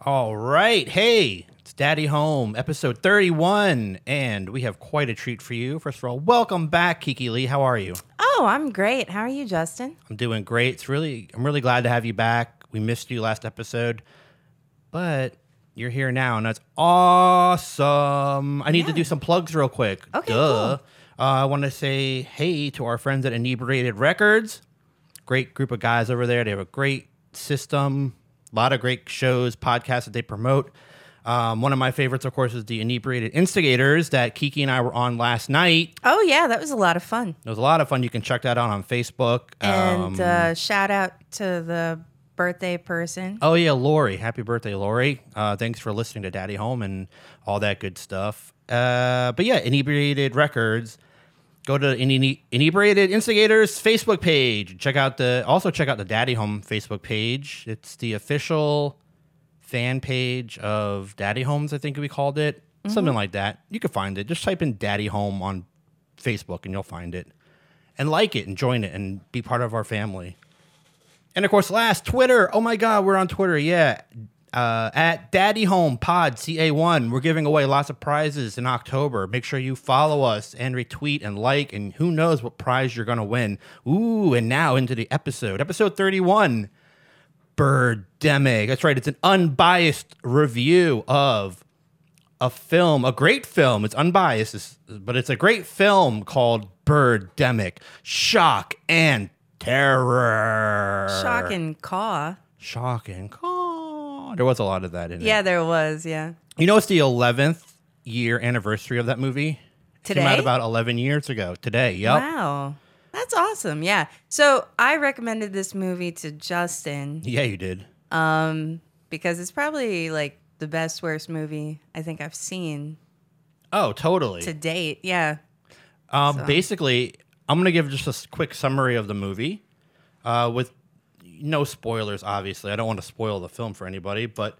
All right. Hey, it's Daddy Home, episode 31. And we have quite a treat for you. First of all, welcome back, Kiki Lee. How are you? Oh, I'm great. How are you, Justin? I'm doing great. It's really, I'm really glad to have you back. We missed you last episode, but you're here now, and that's awesome. I need to do some plugs real quick. Okay, Duh. Uh, I want to say hey to our friends at Inebriated Records. Great group of guys over there. They have a great system, a lot of great shows, podcasts that they promote. Um, one of my favorites, of course, is the Inebriated Instigators that Kiki and I were on last night. Oh, yeah, that was a lot of fun. It was a lot of fun. You can check that out on Facebook. And Um, uh, shout out to the birthday person. Oh yeah, Lori. Happy birthday, Lori. Uh, thanks for listening to Daddy Home and all that good stuff. Uh, but yeah, Inebriated Records. Go to Ine- Inebriated Instigators Facebook page. Check out the also check out the Daddy Home Facebook page. It's the official fan page of Daddy Homes, I think we called it. Something like that. You can find it. Just type in Daddy Home on Facebook and you'll find it. And like it and join it and be part of our family. And of course, last Twitter. Oh my God, we're on Twitter. Yeah. Uh, at Daddy Home Pod CA1. We're giving away lots of prizes in October. Make sure you follow us and retweet and like, and who knows what prize you're going to win. Ooh, and now into the episode. Episode 31 Birdemic. That's right. It's an unbiased review of a film, a great film. It's unbiased, it's- but it's a great film called Birdemic Shock and Terror. Shock and caw. Shock and caw. There was a lot of that in it. Yeah, there was. Yeah. You know, it's the 11th year anniversary of that movie. Came out Today? about 11 years ago. Today. Yep. Wow. That's awesome. Yeah. So I recommended this movie to Justin Yeah, you did. because it's probably like the best, worst movie I think I've seen Oh, totally. to date. Yeah. Um, Basically, I'm going to give just a s- quick summary of the movie uh, with no spoilers, obviously. I don't want to spoil the film for anybody, but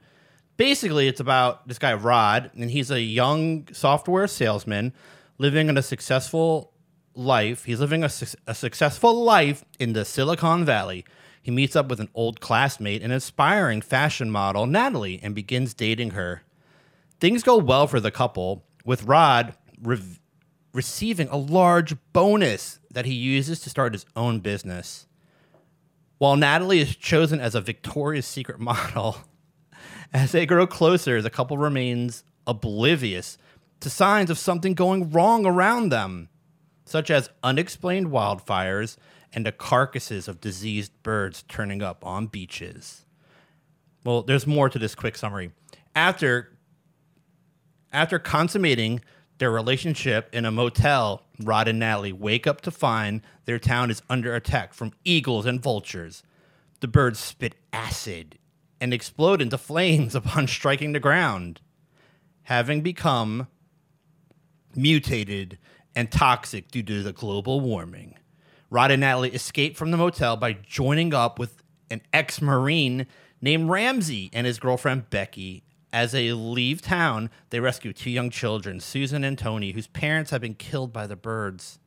basically, it's about this guy, Rod, and he's a young software salesman living in a successful life. He's living a, suc a successful life in the Silicon Valley. He meets up with an old classmate, an aspiring fashion model, Natalie, and begins dating her. Things go well for the couple, with Rod rev- receiving a large bonus that he uses to start his own business. While Natalie is chosen as a Victoria's Secret model, as they grow closer, the couple remains oblivious to signs of something going wrong around them, such as unexplained wildfires and the carcasses of diseased birds turning up on beaches. Well, there's more to this quick summary. After after consummating their relationship in a motel, Rod and Natalie wake up to find their town is under attack from eagles and vultures. The birds spit acid and explode into flames upon striking the ground, having become mutated and toxic due to the global warming. Rod and Natalie escape from the motel by joining up with an ex Marine named Ramsey and his girlfriend Becky. As they leave town, they rescue two young children, Susan and Tony, whose parents have been killed by the birds.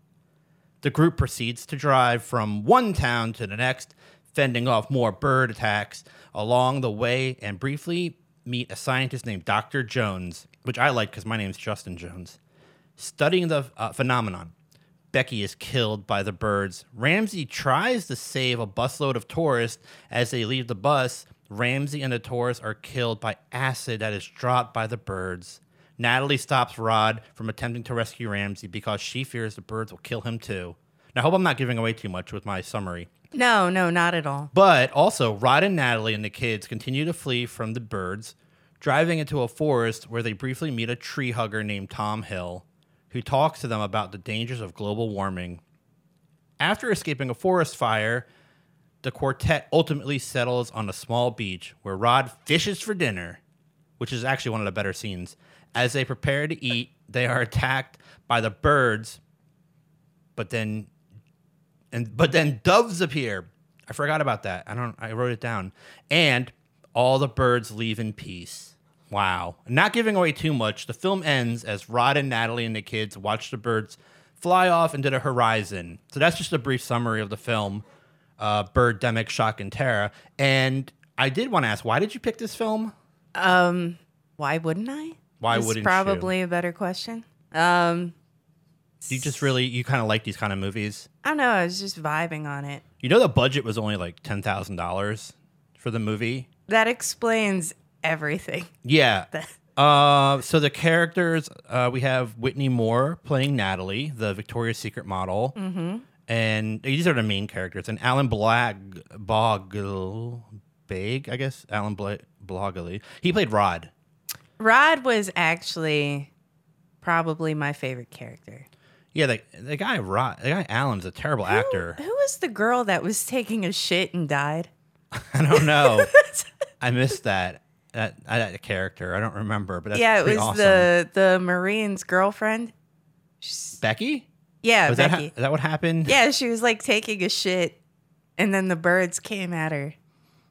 The group proceeds to drive from one town to the next, fending off more bird attacks along the way and briefly meet a scientist named Dr. Jones, which I like because my name's Justin Jones studying the uh, phenomenon. Becky is killed by the birds. Ramsey tries to save a busload of tourists as they leave the bus. Ramsey and the tourists are killed by acid that is dropped by the birds. Natalie stops Rod from attempting to rescue Ramsey because she fears the birds will kill him too. Now, I hope I'm not giving away too much with my summary. No, no, not at all. But also, Rod and Natalie and the kids continue to flee from the birds, driving into a forest where they briefly meet a tree hugger named Tom Hill, who talks to them about the dangers of global warming. After escaping a forest fire, the quartet ultimately settles on a small beach where Rod fishes for dinner, which is actually one of the better scenes. As they prepare to eat, they are attacked by the birds, but then and but then doves appear. I forgot about that. I don't. I wrote it down. And all the birds leave in peace. Wow. Not giving away too much. The film ends as Rod and Natalie and the kids watch the birds fly off into the horizon. So that's just a brief summary of the film, uh, Birdemic, Shock and Terror. And I did want to ask, why did you pick this film? Why wouldn't I? Why Is wouldn't you? probably a better question. Um, You just really you kind of like these kind of movies. I don't know. I was just vibing on it. You know the budget was only like ten thousand dollars for the movie. That explains everything. Yeah. Uh, so the characters uh, we have Whitney Moore playing Natalie, the Victoria's Secret model, mm-hmm. and these are the main characters. And Alan Blag Bogle Bag, I guess Alan Bla- Blogley. He played Rod. Rod was actually probably my favorite character. Yeah, the, the guy Rod, the guy Alan's a terrible actor. Who was the girl that was taking a shit and died? I don't know. I missed that. That, that character, I don't remember, but that's yeah, it was pretty awesome. the the Marine's girlfriend. She's, Becky. yeah, Was that ha- Becky. Oh, is that what happened? yeah, she was like taking a shit, and then the birds came at her.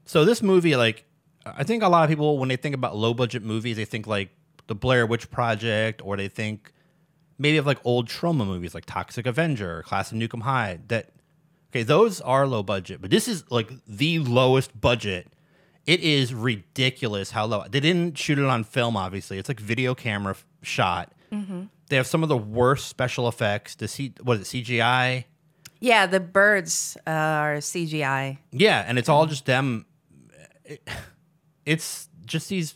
So this movie, like, I think a lot of people when they think about low budget movies, they think like the Blair Witch Project, or they think maybe of like old trauma movies like Toxic Avenger, or Class of Nukem High. That okay, those are low budget, but this is like the lowest budget. It is ridiculous how low they didn't shoot it on film. Obviously, it's like video camera f- shot. They have some of the worst special effects. The C, what is it, CGI? Yeah, the birds uh, are CGI. Yeah, and it's all just them. it- it's just these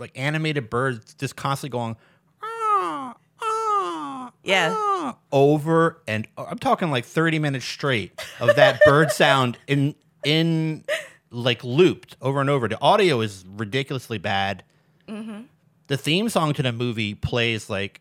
like animated birds just constantly going "Ah, ah, Yeah. ah," over and I'm talking like 30 minutes straight of that bird sound in in like looped over and over. The audio is ridiculously bad. The theme song to the movie plays like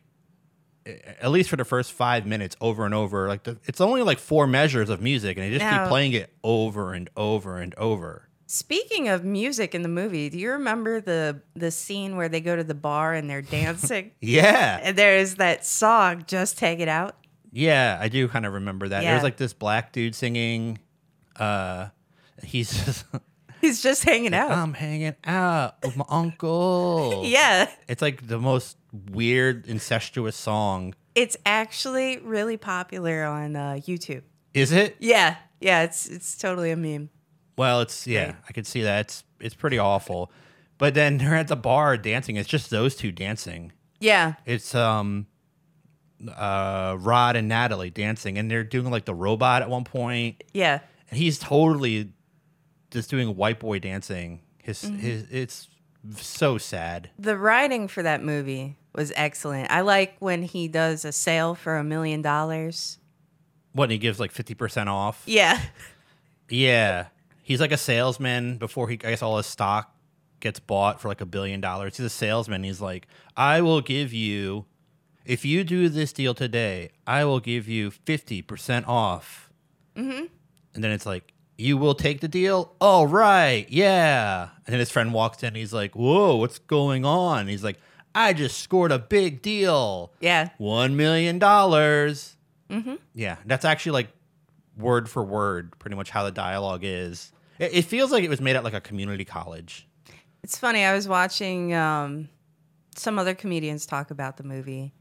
at least for the first five minutes over and over like the, it's only like four measures of music and they just keep Now- playing it over and over and over Speaking of music in the movie, do you remember the the scene where they go to the bar and they're dancing? yeah and there is that song, "Just Take It Out." yeah i do kind of remember that Yeah. there's like this black dude singing uh he's just Oh. He's just hanging out. i'm hanging out with my uncle Yeah, it's like the most weird incestuous song it's actually really popular on uh, YouTube. is it Yeah, yeah, it's it's totally a meme. well it's yeah i could see that it's it's pretty awful but then they're at the bar dancing it's just those two dancing Yeah, It's um uh Rod and Natalie dancing and they're doing like the robot at one point. yeah, And he's totally just doing white boy dancing. His his it's so sad. the writing for that movie was excellent. I like when he does a sale for a million dollars. What and he gives like 50% off. Yeah, Yeah. He's like a salesman before he I guess all his stock gets bought for like a billion dollars. He's a salesman. He's like, I will give you if you do this deal today, I will give you fifty percent off. Mm-hmm. And then it's like, you will take the deal? All right, yeah. And then his friend walks in, he's like, Whoa, what's going on? He's like, I just scored a big deal. yeah, One million dollars. Mm-hmm. Yeah, that's actually like word for word, pretty much how the dialogue is. It, it feels like it was made at like a community college. It's funny. I was watching um, some other comedians talk about the movie,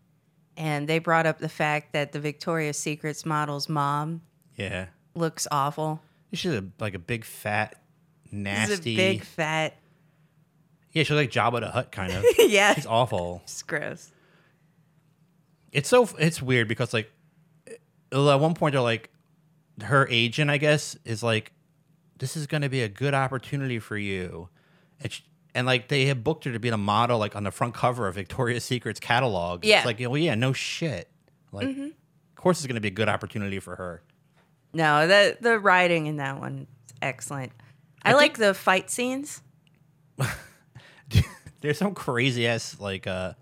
and they brought up the fact that the Victoria's Secret's model's mom Yeah, looks awful. she's a, like a big fat, She's a nasty. big fat. yeah, she's like Jabba the Hutt kind of. yeah, She's awful. it's gross. It's so it's weird because like uh, at one point they're like her agent, I guess, is like this is going to be a good opportunity for you, and sh and like they had booked her to be a model like on the front cover of Victoria's Secret's catalog. Yeah. Mm-hmm. it's like well, yeah, no shit. Like, of course, it's going to be a good opportunity for her. No, the the writing in that one is excellent. I, like the fight scenes. There's some crazy ass like uh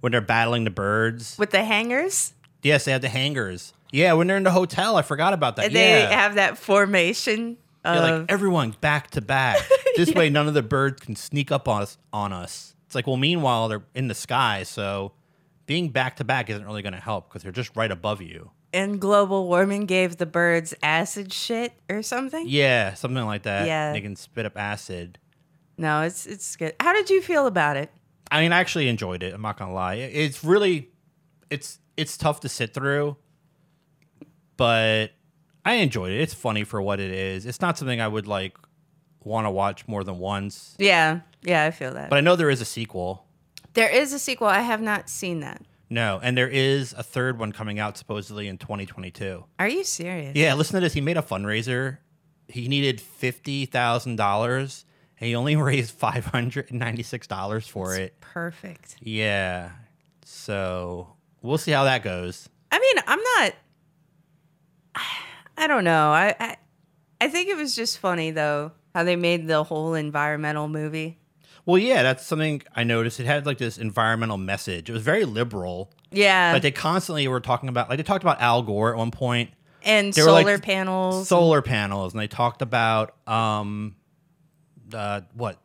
when they're battling the birds. with the hangers. Yes, they have the hangers. Yeah, when they're in the hotel, I forgot about that. And they yeah. have that formation Yeah, of like everyone back to back. This way, none of the birds can sneak up on us. On us, it's like well, meanwhile they're in the sky, so being back to back isn't really going to help because they're just right above you. and global warming gave the birds acid shit or something. Yeah, something like that. Yeah. they can spit up acid. No, it's it's good. How did you feel about it? I mean, I actually enjoyed it. I'm not gonna lie. It- It's really, it's it's tough to sit through, but I enjoyed it. It's funny for what it is. It's not something I would like want to watch more than once. Yeah. Yeah, I feel that. But I know there is a sequel. there is a sequel. I have not seen that. No, and there is a third one coming out supposedly in 2022. Are you serious? Yeah, listen to this. He made a fundraiser. He needed fifty thousand dollars, and he only raised five hundred and ninety-six dollars for it. Perfect. Yeah, so we'll see how that goes. I mean, I'm not. I don't know. I, I I think it was just funny though how they made the whole environmental movie. Well, yeah, that's something I noticed. It had like this environmental message. It was very liberal, Yeah, but they constantly were talking about like they talked about Al Gore at one point, and they were, like, solar panels. solar panels, and they talked about um, uh, what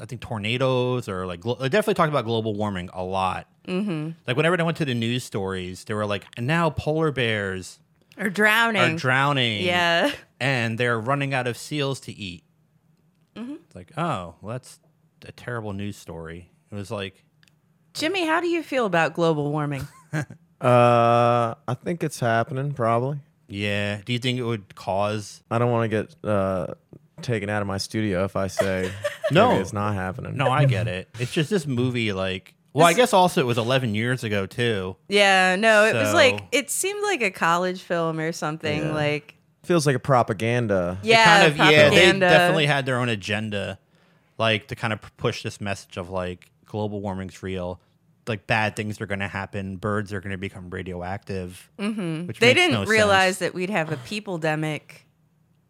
I think tornadoes or like glo- they definitely talked about global warming a lot. hmm Like whenever they went to the news stories, they were like, and now polar bears Or drowning. are drowning, Mm. Yeah. and they're running out of seals to eat. It's like, oh, well, that's a terrible news story. It was like, Jimmy, how do you feel about global warming? Uh, I think it's happening. Probably. yeah. Do you think it would cause? I don't want to get uh, taken out of my studio if I say No. maybe it's not happening. No, I get it. It's just this movie, like, well, I guess also it was 11 years ago too. yeah, no, it was like So- it seemed like a college film or something. Yeah. Like, feels like a propaganda. They yeah, kind of, yeah, propaganda. they definitely had their own agenda, like to kind of p- push this message of like global warming's real, like bad things are going to happen, birds are going to become radioactive. Mm-hmm. Which They makes didn't no sense. realize that we'd have a people demic.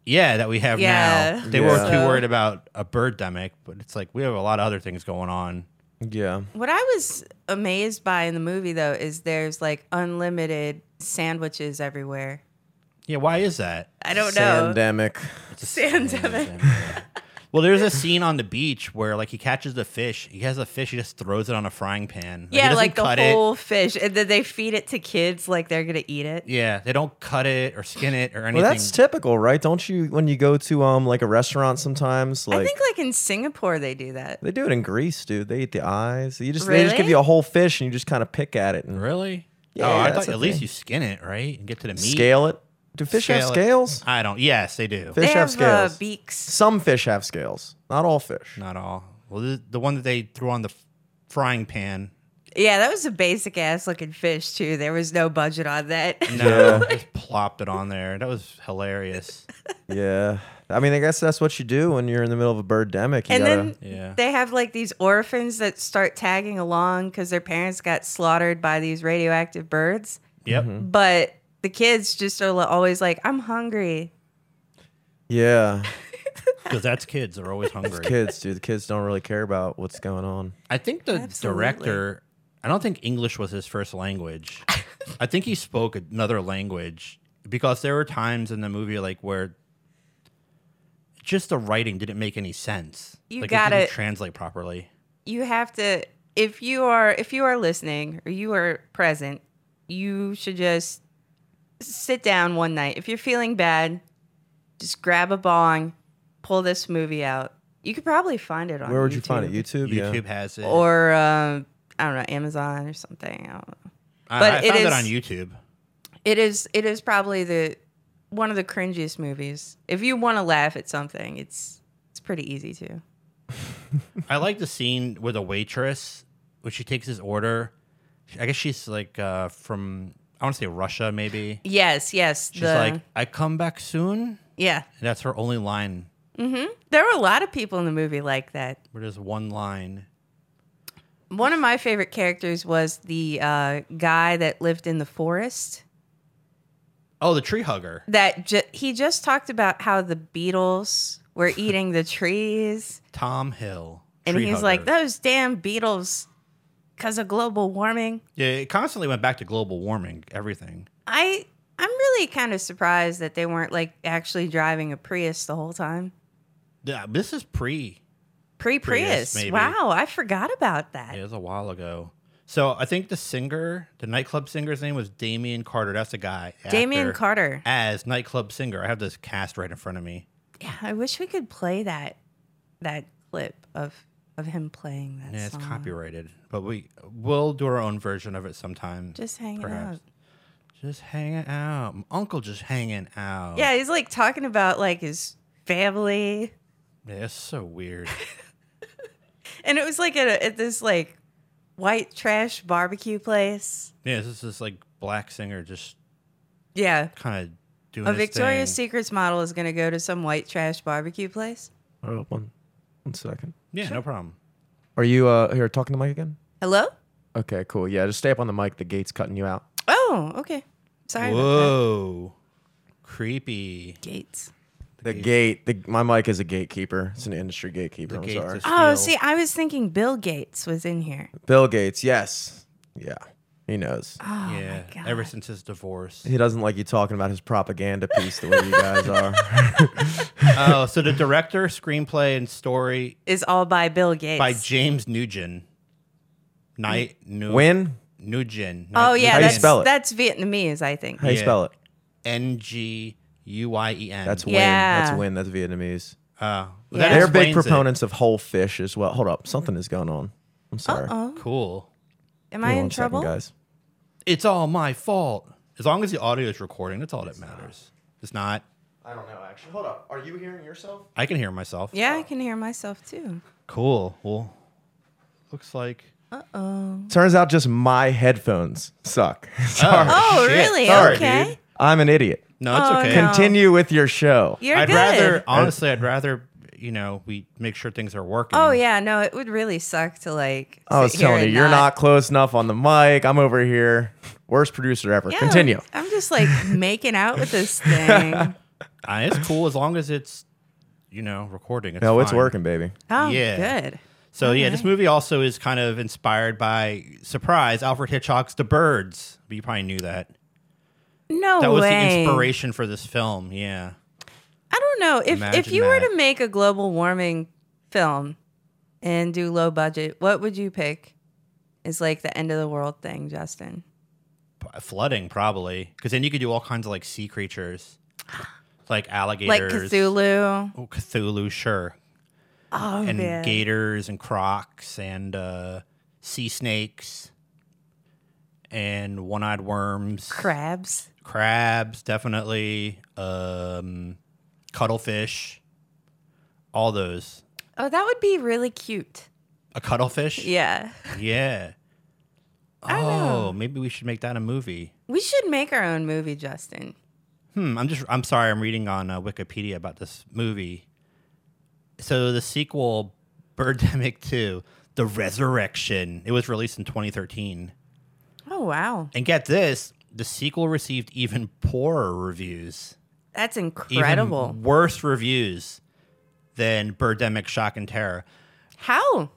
yeah, that we have Yeah. now. They were Yeah. too So- worried about a bird demic, but it's like we have a lot of other things going on. Yeah. What I was amazed by in the movie though is there's like unlimited sandwiches everywhere. Yeah, why is that? I don't know. Pandemic. It's a Sandemic. Well, there's a scene on the beach where like he catches the fish. He has a fish. He just throws it on a frying pan. he Yeah, doesn't like the cut it. whole fish. And then they feed it to kids like they're gonna eat it. Yeah, they don't cut it or skin it or anything. Well, that's typical, right? Don't you when you go to um like a restaurant sometimes like I think like in Singapore they do that. they do it in Greece, dude. They eat the eyes. You just they just give Really? you a whole fish and you just kind of pick at it and really? Yeah, oh, I that's thought a at least thing. you skin it, right? And get to the meat. scale it. Do fish have Scale it. scales? I don't. Yes, they do. Fish they have have, uh, scales. beaks. Some fish have scales. Not all fish. Not all. Well, the, the one that they threw on the f- frying pan. Yeah, that was a basic ass looking fish too. There was no budget on that. No, Yeah. just plopped it on there. That was hilarious. Yeah. I mean, I guess that's what you do when you're in the middle of a birdemic. You and gotta, then Yeah. they have like these orphans that start tagging along because their parents got slaughtered by these radioactive birds. Yep. Mm-hmm. but the kids just are li- always like, "I'm hungry." yeah, Because that's kids. They're always hungry. kids, dude. The kids don't really care about what's going on. I think the Absolutely. director, I don't think English was his first language. I think he spoke another language because there were times in the movie like where just the writing didn't make any sense. You like gotta- it didn't translate properly. You have to if you are if you are listening or you are present, you should just sit down one night. If you're feeling bad, just grab a bong, pull this movie out. You could probably find it on Where would you YouTube. find it? YouTube. YouTube Yeah. has it. or um, I don't know, Amazon or something. I don't know. I, but I it found it is- on YouTube. It is it is probably the one of the cringiest movies. If you want to laugh at something, it's it's pretty easy to. I like the scene with a waitress when she takes his order. I guess she's like uh, from I want to say Russia maybe. Yes, yes. She's the, like, "I come back soon." And yeah. that's her only line. There were a lot of people in the movie like that. Where there's one line. One of my favorite characters was the uh, guy that lived in the forest. Oh, the tree hugger. That ju- he just talked about how the beetles were eating the trees, Tom Hill. and tree he's hugger. like, "Those damn beetles, because of global warming." Yeah, it constantly went back to global warming, everything. I I'm really kind of surprised that they weren't like actually driving a Prius the whole time. Yeah, this is pre. Pre Prius. maybe. Wow, I forgot about that. It was a while ago. So I think the singer, the nightclub singer's name was Damian Carter. That's a guy. Damien actor, Carter. As nightclub singer. I have this cast right in front of me. Yeah, I wish we could play that that clip of of him playing that Yeah, it's song. copyrighted, but we will do our own version of it sometime. Just hanging perhaps. out. Just hanging out. My uncle just hanging out. Yeah, he's like talking about like his family. Yeah, it's so weird. and it was like at, a, at this like white trash barbecue place. Yeah, this is this like black singer just Yeah, kind of doing a his Victoria's thing. Secrets model is gonna go to some white trash barbecue place. Hold up one, one second. Yeah, no problem. Are you uh here talking to Mike again? Hello? Okay, cool. Yeah, just stay up on the mic. The gate's cutting you out. Oh, okay. Sorry about Whoa, creepy. that. Gates. The gate. The, my mic is a gatekeeper. It's an industry gatekeeper. The I'm gates sorry. is- Oh, Feel- see, I was thinking Bill Gates was in here. Bill Gates. Yes. Yeah. He knows. Oh yeah, my god. ever since his divorce. He doesn't like you talking about his propaganda piece the way you guys are. oh, so the director, screenplay, and story is all by Bill Gates. by James Nugent. Night Nu Win. Nugent. oh yeah, How you that's spell it? that's Vietnamese, I think. How you Yeah. spell it? N G U I E N. That's Win. Yeah. That's Win. That's Vietnamese. uh, Yeah. that They're big explains it. proponents of whole fish as well. Hold up, something is going on. I'm sorry. Oh, Cool. am Give I me in one second, trouble? guys? It's all my fault. As long as the audio is recording, that's all that matters. It's not. I don't know. Actually, hold up. Are you hearing yourself? I can hear myself. Yeah, I can hear myself too. Cool. Well, looks like. Turns out, just my headphones suck. sorry, Oh, shit. really? Sorry, okay. dude. I'm an idiot. No, it's Oh, okay. no. Continue with your show. You're I'd good. rather honestly, I'd rather you know we make sure things are working. oh yeah, no, it would really suck to like. Oh, I was sit here telling you, and you're not close enough on the mic. I'm over here. Worst producer ever. Yeah, Continue. I'm just like making out with this thing. Uh, it's cool as long as it's you know recording. It's No, it's fine. working, baby. Oh, Yeah. good. So yeah, this movie also is kind of inspired by surprise Alfred Hitchcock's The Birds. You probably knew that. No That was the way. inspiration for this film. Yeah. I don't know if if Imagine you were that. to make a global warming film and do low budget, what would you pick? Is like the end of the world thing, Justin. P- flooding probably because then you could do all kinds of like sea creatures, like alligators, Like Cthulhu. Oh, Cthulhu, sure, Oh and man. gators and crocs and uh, sea snakes and one-eyed worms, crabs. crabs, definitely, um, cuttlefish, all those. Oh, that would be really cute. A cuttlefish, Yeah. yeah. I know. Oh, maybe we should make that a movie. We should make our own movie, Justin. Hmm, I'm just I'm sorry, I'm reading on uh, Wikipedia about this movie. So the sequel Birdemic 2, The Resurrection. It was released in 2013. Oh wow. And get this, the sequel received even poorer reviews. That's Even incredible. worse reviews than Birdemic Shock and Terror. How?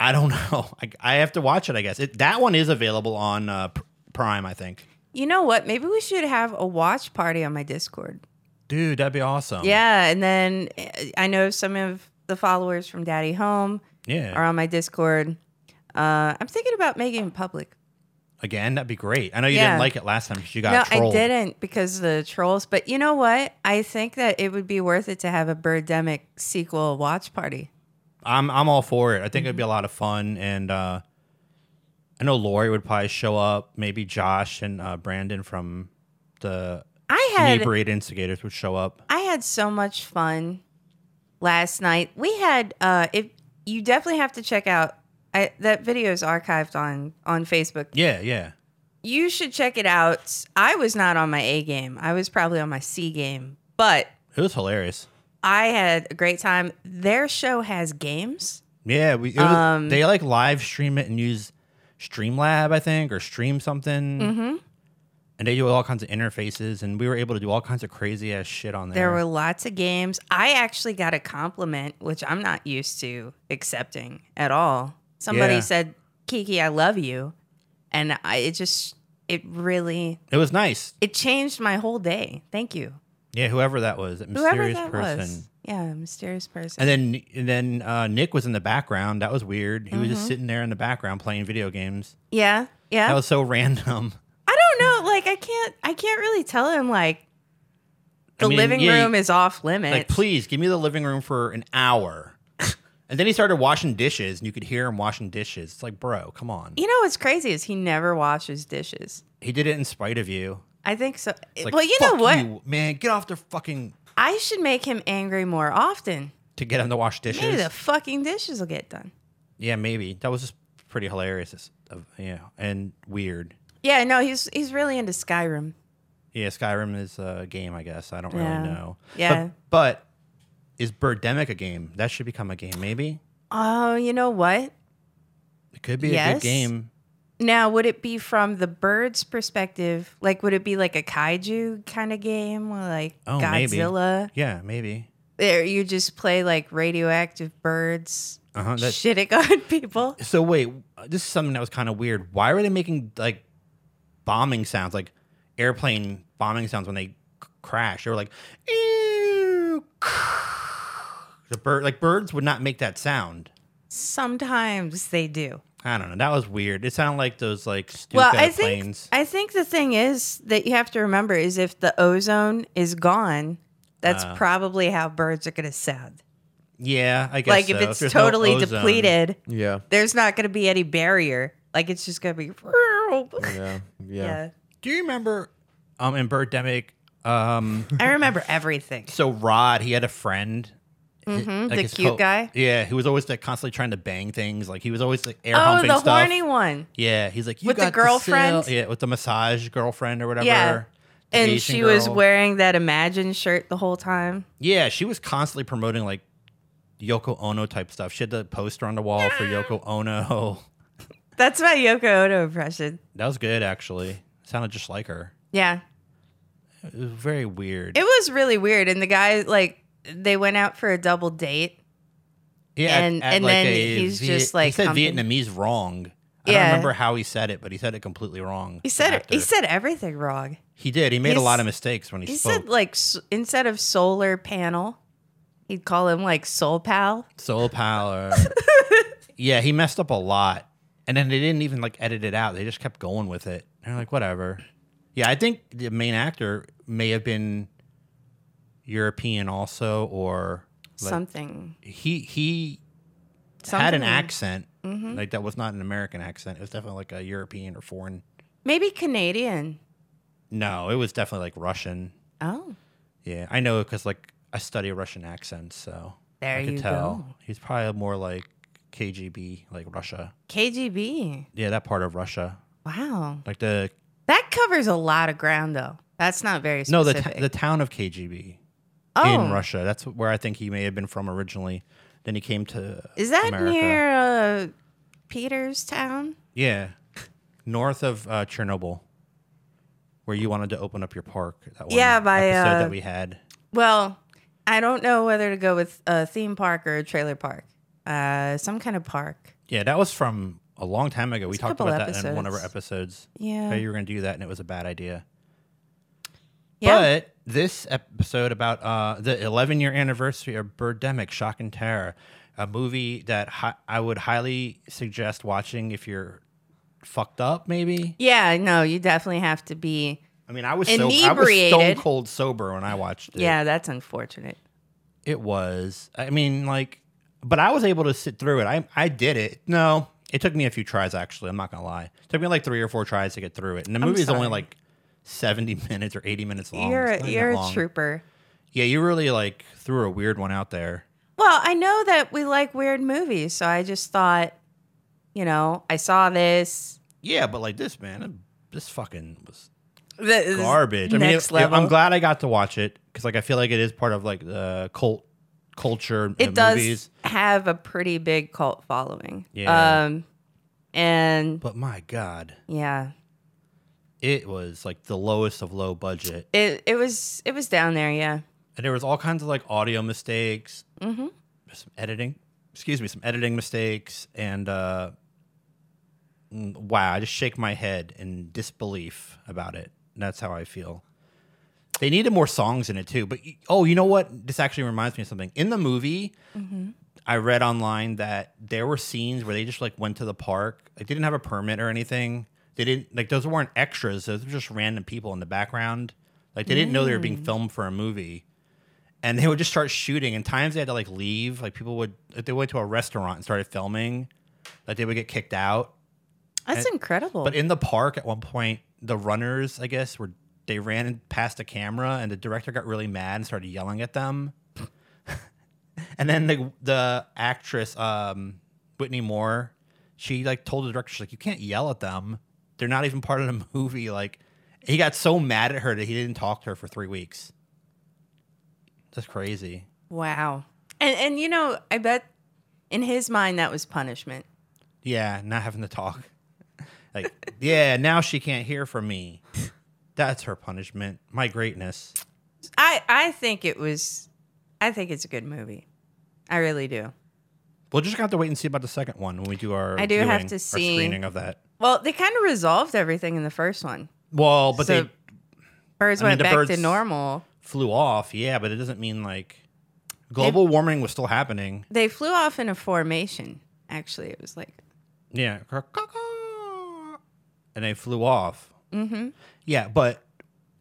I don't know. I, I have to watch it, I guess. It, that one is available on uh, P- Prime, I think. You know what? Maybe we should have a watch party on my Discord. Dude, that'd be awesome. Yeah, and then uh, I know some of the followers from Daddy Home Yeah. are on my Discord. Uh, I'm thinking about making it public. Again, that'd be great. I know you Yeah. didn't like it last time because you got no, trolled. I didn't because of the trolls. But you know what? I think that it would be worth it to have a Birdemic sequel watch party. I'm I'm all for it. I think it'd Mm-hmm. be a lot of fun, and uh, I know Lori would probably show up. Maybe Josh and uh, Brandon from the I had Inebriated Instigators would show up. I had so much fun last night. We had uh if you definitely have to check out I, that video is archived on on Facebook. Yeah, yeah. You should check it out. I was not on my A game. I was probably on my C game, but It was hilarious. I had a great time. Their show has games. Yeah, we it was, Um, they like live stream it and use Streamlab, I think, or stream something. Mm-hmm. And they do all kinds of interfaces, and we were able to do all kinds of crazy ass shit on there. There were lots of games. I actually got a compliment, which I'm not used to accepting at all. Somebody Yeah. said, "Kiki, I love you," and I, it just it really it was nice. it changed my whole day. Thank you, Yeah, whoever that was, that mysterious whoever that person. was. Yeah, mysterious person. And then and then uh, Nick was in the background. That was weird. He was Mm-hmm. just sitting there in the background playing video games. yeah, yeah. That was so random. I don't know. Like, I can't. I can't really tell him like the mean, living yeah, room is off limits. Like, please give me the living room for an hour. and then he started washing dishes, and you could hear him washing dishes. It's like, bro, come on. You know what's crazy is he never washes dishes. He did it in spite of you. I think so. It's like, well, you know "Fuck what? you, man, get off the fucking I should make him angry more often. to get him to wash dishes. Maybe the fucking dishes will get done. yeah, maybe that was just pretty hilarious. It's- of- yeah, and weird. Yeah, no, he's he's really into Skyrim. Yeah, Skyrim is a game, I guess. I don't Yeah. really know. But- Yeah. But, is Birdemic a game? That should become a game, maybe. Oh, you know what? It could be a Yes. good game. Now, would it be from the bird's perspective? Like, would it be like a kaiju kind of game, or like Oh, maybe. Godzilla? Yeah, maybe. There, you just play like radioactive birds Uh-huh, that- shitting on people. So wait, this is something that was kind of weird. Why were they making like bombing sounds, like airplane bombing sounds when they c- crash? They were like, "Ew," the bird, like birds would not make that sound. Sometimes they do. I don't know. That was weird. It sounded like those like stupid well, I think planes. I think the thing is that you have to remember is if the ozone is gone, that's Uh. probably how birds are going to sound. yeah, I guess. Like so. if it's there's no totally ozone- depleted, Yeah. there's not going to be any barrier. Like it's just going to be. Yeah. Yeah. Yeah. Do you remember um in Birdemic? Um, I remember everything. so Rod, he had a friend. Mhm, like the his cute guy. Yeah, who was always like constantly trying to bang things. Like he was always like air Oh, humping the stuff. horny one. Yeah, he's like you With the got girlfriend? sale- yeah, with the massage girlfriend or whatever. Yeah. the And Asian she was girl. wearing that Imagine shirt the whole time. Yeah, she was constantly promoting like Yoko Ono type stuff. She had the poster on the wall for Yoko Ono. That's my Yoko Ono impression. That was good actually. Sounded just like her. Yeah. It was very weird. It was really weird. And the guy, like, they went out for a double date. yeah, at- and- at, and like then a he's Viet- just, like, he said humping- Vietnamese wrong. I Yeah. don't remember how he said it, but he said it completely wrong. the He said he actor. said everything wrong. he did. He made a he's- lot of mistakes when he, He spoke. said like s- instead of solar panel, he'd call him like soul pal. Soul Power. yeah, he messed up a lot. And then they didn't even like edit it out. They just kept going with it. They're like, whatever. Yeah, I think the main actor may have been European also or like, something. he he something. had an accent. Like that was not an American accent. It was definitely like a European or foreign. Maybe Canadian. No, it was definitely like Russian. Oh, Yeah, I know because like I study Russian accents, so There I could you tell go. he's probably more like KGB, like Russia. KGB. Yeah, that part of Russia, Wow, like the that covers a lot of ground though. That's not very no, the specific. t- the town of KGB oh, in Russia. That's where I think he may have been from originally. Then he came to is that America. near uh, Peterstown? yeah, north of uh, Chernobyl, where you wanted to open up your park. That one Yeah, by, episode uh, that we had. Well, I don't know whether to go with a theme park or a trailer park. Uh, some kind of park. Yeah, that was from a long time ago. We a talked couple about that in one of our episodes. episodes. Yeah. how you were going to do that, and it was a bad idea. Yeah. But this episode about uh, the 11 year anniversary of Birdemic Shock and Terror, a movie that hi- I would highly suggest watching if you're fucked up, maybe. Yeah, no, you definitely have to be. I mean, I was, so, I was stone Inebriated. cold sober when I watched it. Yeah, that's unfortunate. It was. I mean, like, but I was able to sit through it. I, I did it. No, it took me a few tries, actually. I'm not going to lie. It took me like three or four tries to get through it. And the movie's only sorry. like 70 minutes or 80 minutes long. you're It's a, not you're that a long. trooper. Yeah, you really like threw a weird one out there. Well, I know that we like weird movies, so I just thought, you know, I saw this. Yeah, but like this man, this fucking was This is garbage. I mean, next it- it- level. I'm glad I got to watch it because like I feel like it is part of like the cult culture. it of does movies. have a pretty big cult following. Yeah. Um, and but my god, yeah, it was like the lowest of low budget, it it was it was down there. Yeah. and there was all kinds of like audio mistakes, mm-hmm. some editing. Excuse me, some editing mistakes, and uh, mm, wow, I just shake my head in disbelief about it. And that's how I feel. They needed more songs in it too. But y- oh, you know what? This actually reminds me of something. In the movie, I read online that there were scenes where they just like went to the park. Like, They didn't have a permit or anything. They didn't like those weren't extras. Those were just random people in the background. Like they didn't know they were being filmed for a movie. And they would just start shooting. And times they had to like leave. Like people would if they went to a restaurant and started filming, like they would get kicked out. That's incredible. But in the park at one point, the runners, I guess, were they ran and past a camera and the director got really mad and started yelling at them. and then the the actress um Whitney Moore, she like told the director, she's like, you can't yell at them. They're not even part of the movie. Like, he got so mad at her that he didn't talk to her for three weeks. That's crazy. Wow. And and you know, I bet in his mind that was punishment. Yeah, not having to talk. Like, yeah, now she can't hear from me. That's her punishment. My greatness. I I think it was I think it's a good movie. I really do. We'll just have to wait and see about the second one when we do our. I do have viewing, to our see- screening of that. Well, they kind of resolved everything in the first one. Well, but So- they Birds I mean, went the back to birds- normal. flew off. Yeah, but it doesn't mean like global warming was still happening. They flew off in a formation. Actually, it was like Yeah, and they flew off. Mm-hmm. Yeah, but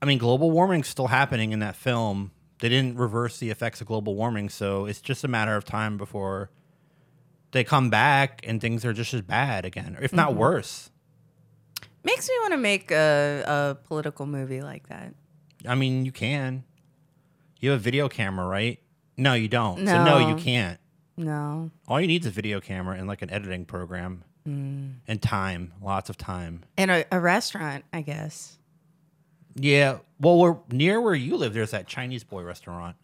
I mean, global warming's still happening in that film. They didn't reverse the effects of global warming, so it's just a matter of time before they come back and things are just as bad again, if not worse. makes me want to make a, a political movie like that. I mean, you can. You have a video camera, right? No, you don't. So no, you No. can't. No. All you need is a video camera and like an editing program and time, lots of time. In a, a restaurant, I guess. Yeah. Well, we're near where you live. There's that Chinese boy restaurant,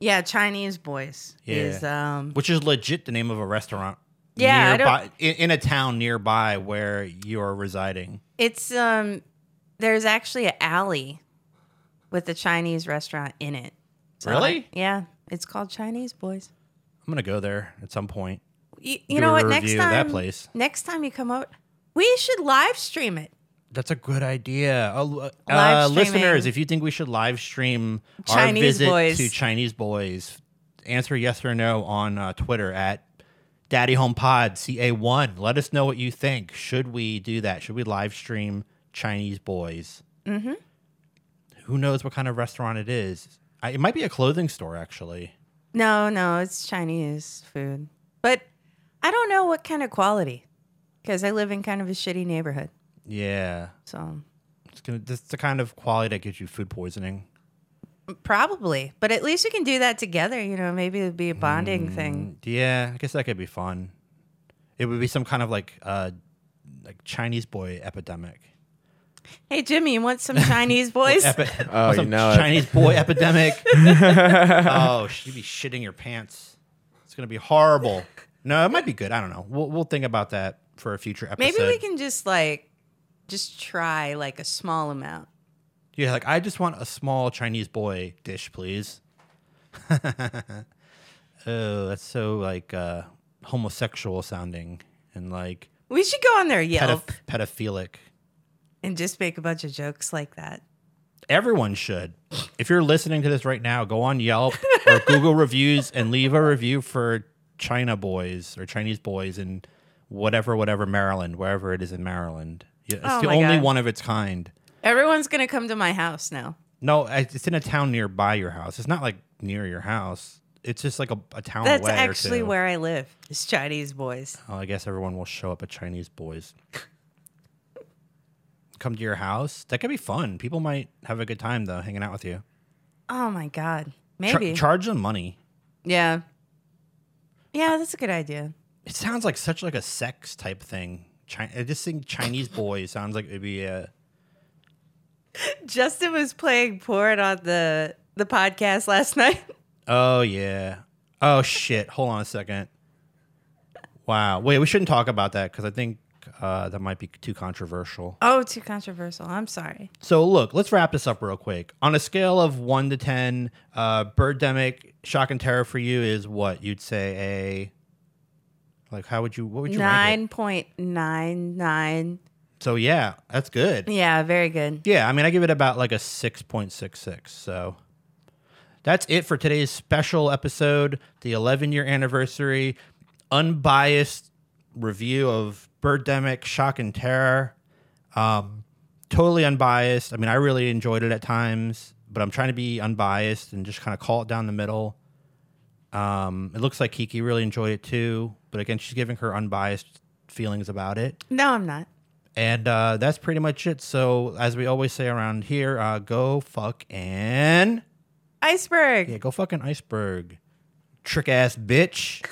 Yeah, Chinese boys Yeah. is um which is legit the name of a restaurant. Yeah, I nearby, in, in a town nearby where you are residing. It's um there's actually an alley with a Chinese restaurant in it. Really? Yeah, it's called Chinese Boys. I'm gonna go there at some point. You, you Do know a what? Next review time, of that place. next time you come out, we should live stream it. That's a good idea. Uh, uh, Live listeners, streaming. if you think we should live stream Chinese our visit boys. to Chinese boys, answer yes or no on uh, Twitter at Daddy Home Pod CA1. Let us know what you think. Should we do that? Should we live stream Chinese boys? Mm-hmm. Who knows what kind of restaurant it is? I, it might be a clothing store, actually. No, no, it's Chinese food, but I don't know what kind of quality because I live in kind of a shitty neighborhood. Yeah, So it's gonna. That's the kind of quality that gives you food poisoning. probably, but at least we can do that together. You know, maybe it'd be a bonding Mm. thing. Yeah, I guess that could be fun. It would be some kind of like uh like Chinese boy epidemic. Hey, Jimmy, you want some Chinese boys? Epi- Oh, some you know it. Chinese boy epidemic. oh, she'd be shitting your pants. It's gonna be horrible. No, it might be good. I don't know. We'll we'll think about that for a future episode. Maybe we can just like just try like a small amount. Yeah, like I just want a small Chinese boy dish, please. oh, that's so like uh homosexual sounding and like We should go on there Yelp pedoph- pedophilic. and just make a bunch of jokes like that. Everyone should. If you're listening to this right now, go on Yelp or Google reviews and leave a review for China boys or Chinese boys in whatever, whatever Maryland, wherever it is in Maryland. Yeah, It's Oh the my only God. one of its kind. Everyone's gonna come to my house now. No, I- it's in a town nearby your house. It's not like near your house. It's just like a, a town That's away or actually two. where I live. It's Chinese boys. Oh, I guess everyone will show up at Chinese boys. Come to your house. That could be fun. People might have a good time though, hanging out with you. Oh my god. Char- Maybe. charge them money. yeah. Yeah, that's a good idea. It sounds like such like a sex type thing. Chi- I just think Chinese boy sounds like it'd be a Justin was playing porn on the the podcast last night. oh yeah oh shit. Hold on a second. Wow. Wait, we shouldn't talk about that because I think uh, that might be too controversial. Oh, too controversial. I'm sorry. So look, let's wrap this up real quick. On a scale of one to ten, uh, Birdemic Shock and Terror for you is what you'd say a like. How would you? What would you rank Nine point nine nine. it? So yeah, that's good. Yeah, very good. Yeah, I mean, I give it about like a 6.66. So that's it for today's special episode, the 11 year anniversary, unbiased review of Birdemic Shock and Terror. Um, totally unbiased. I mean, I really enjoyed it at times, but I'm trying to be unbiased and just kind of call it down the middle. Um, it looks like Kiki really enjoyed it too, but again, she's giving her unbiased feelings about it. No, I'm not. And uh, that's pretty much it. So, as we always say around here, uh, go fuck and Iceberg. yeah, go fucking iceberg, trick ass bitch.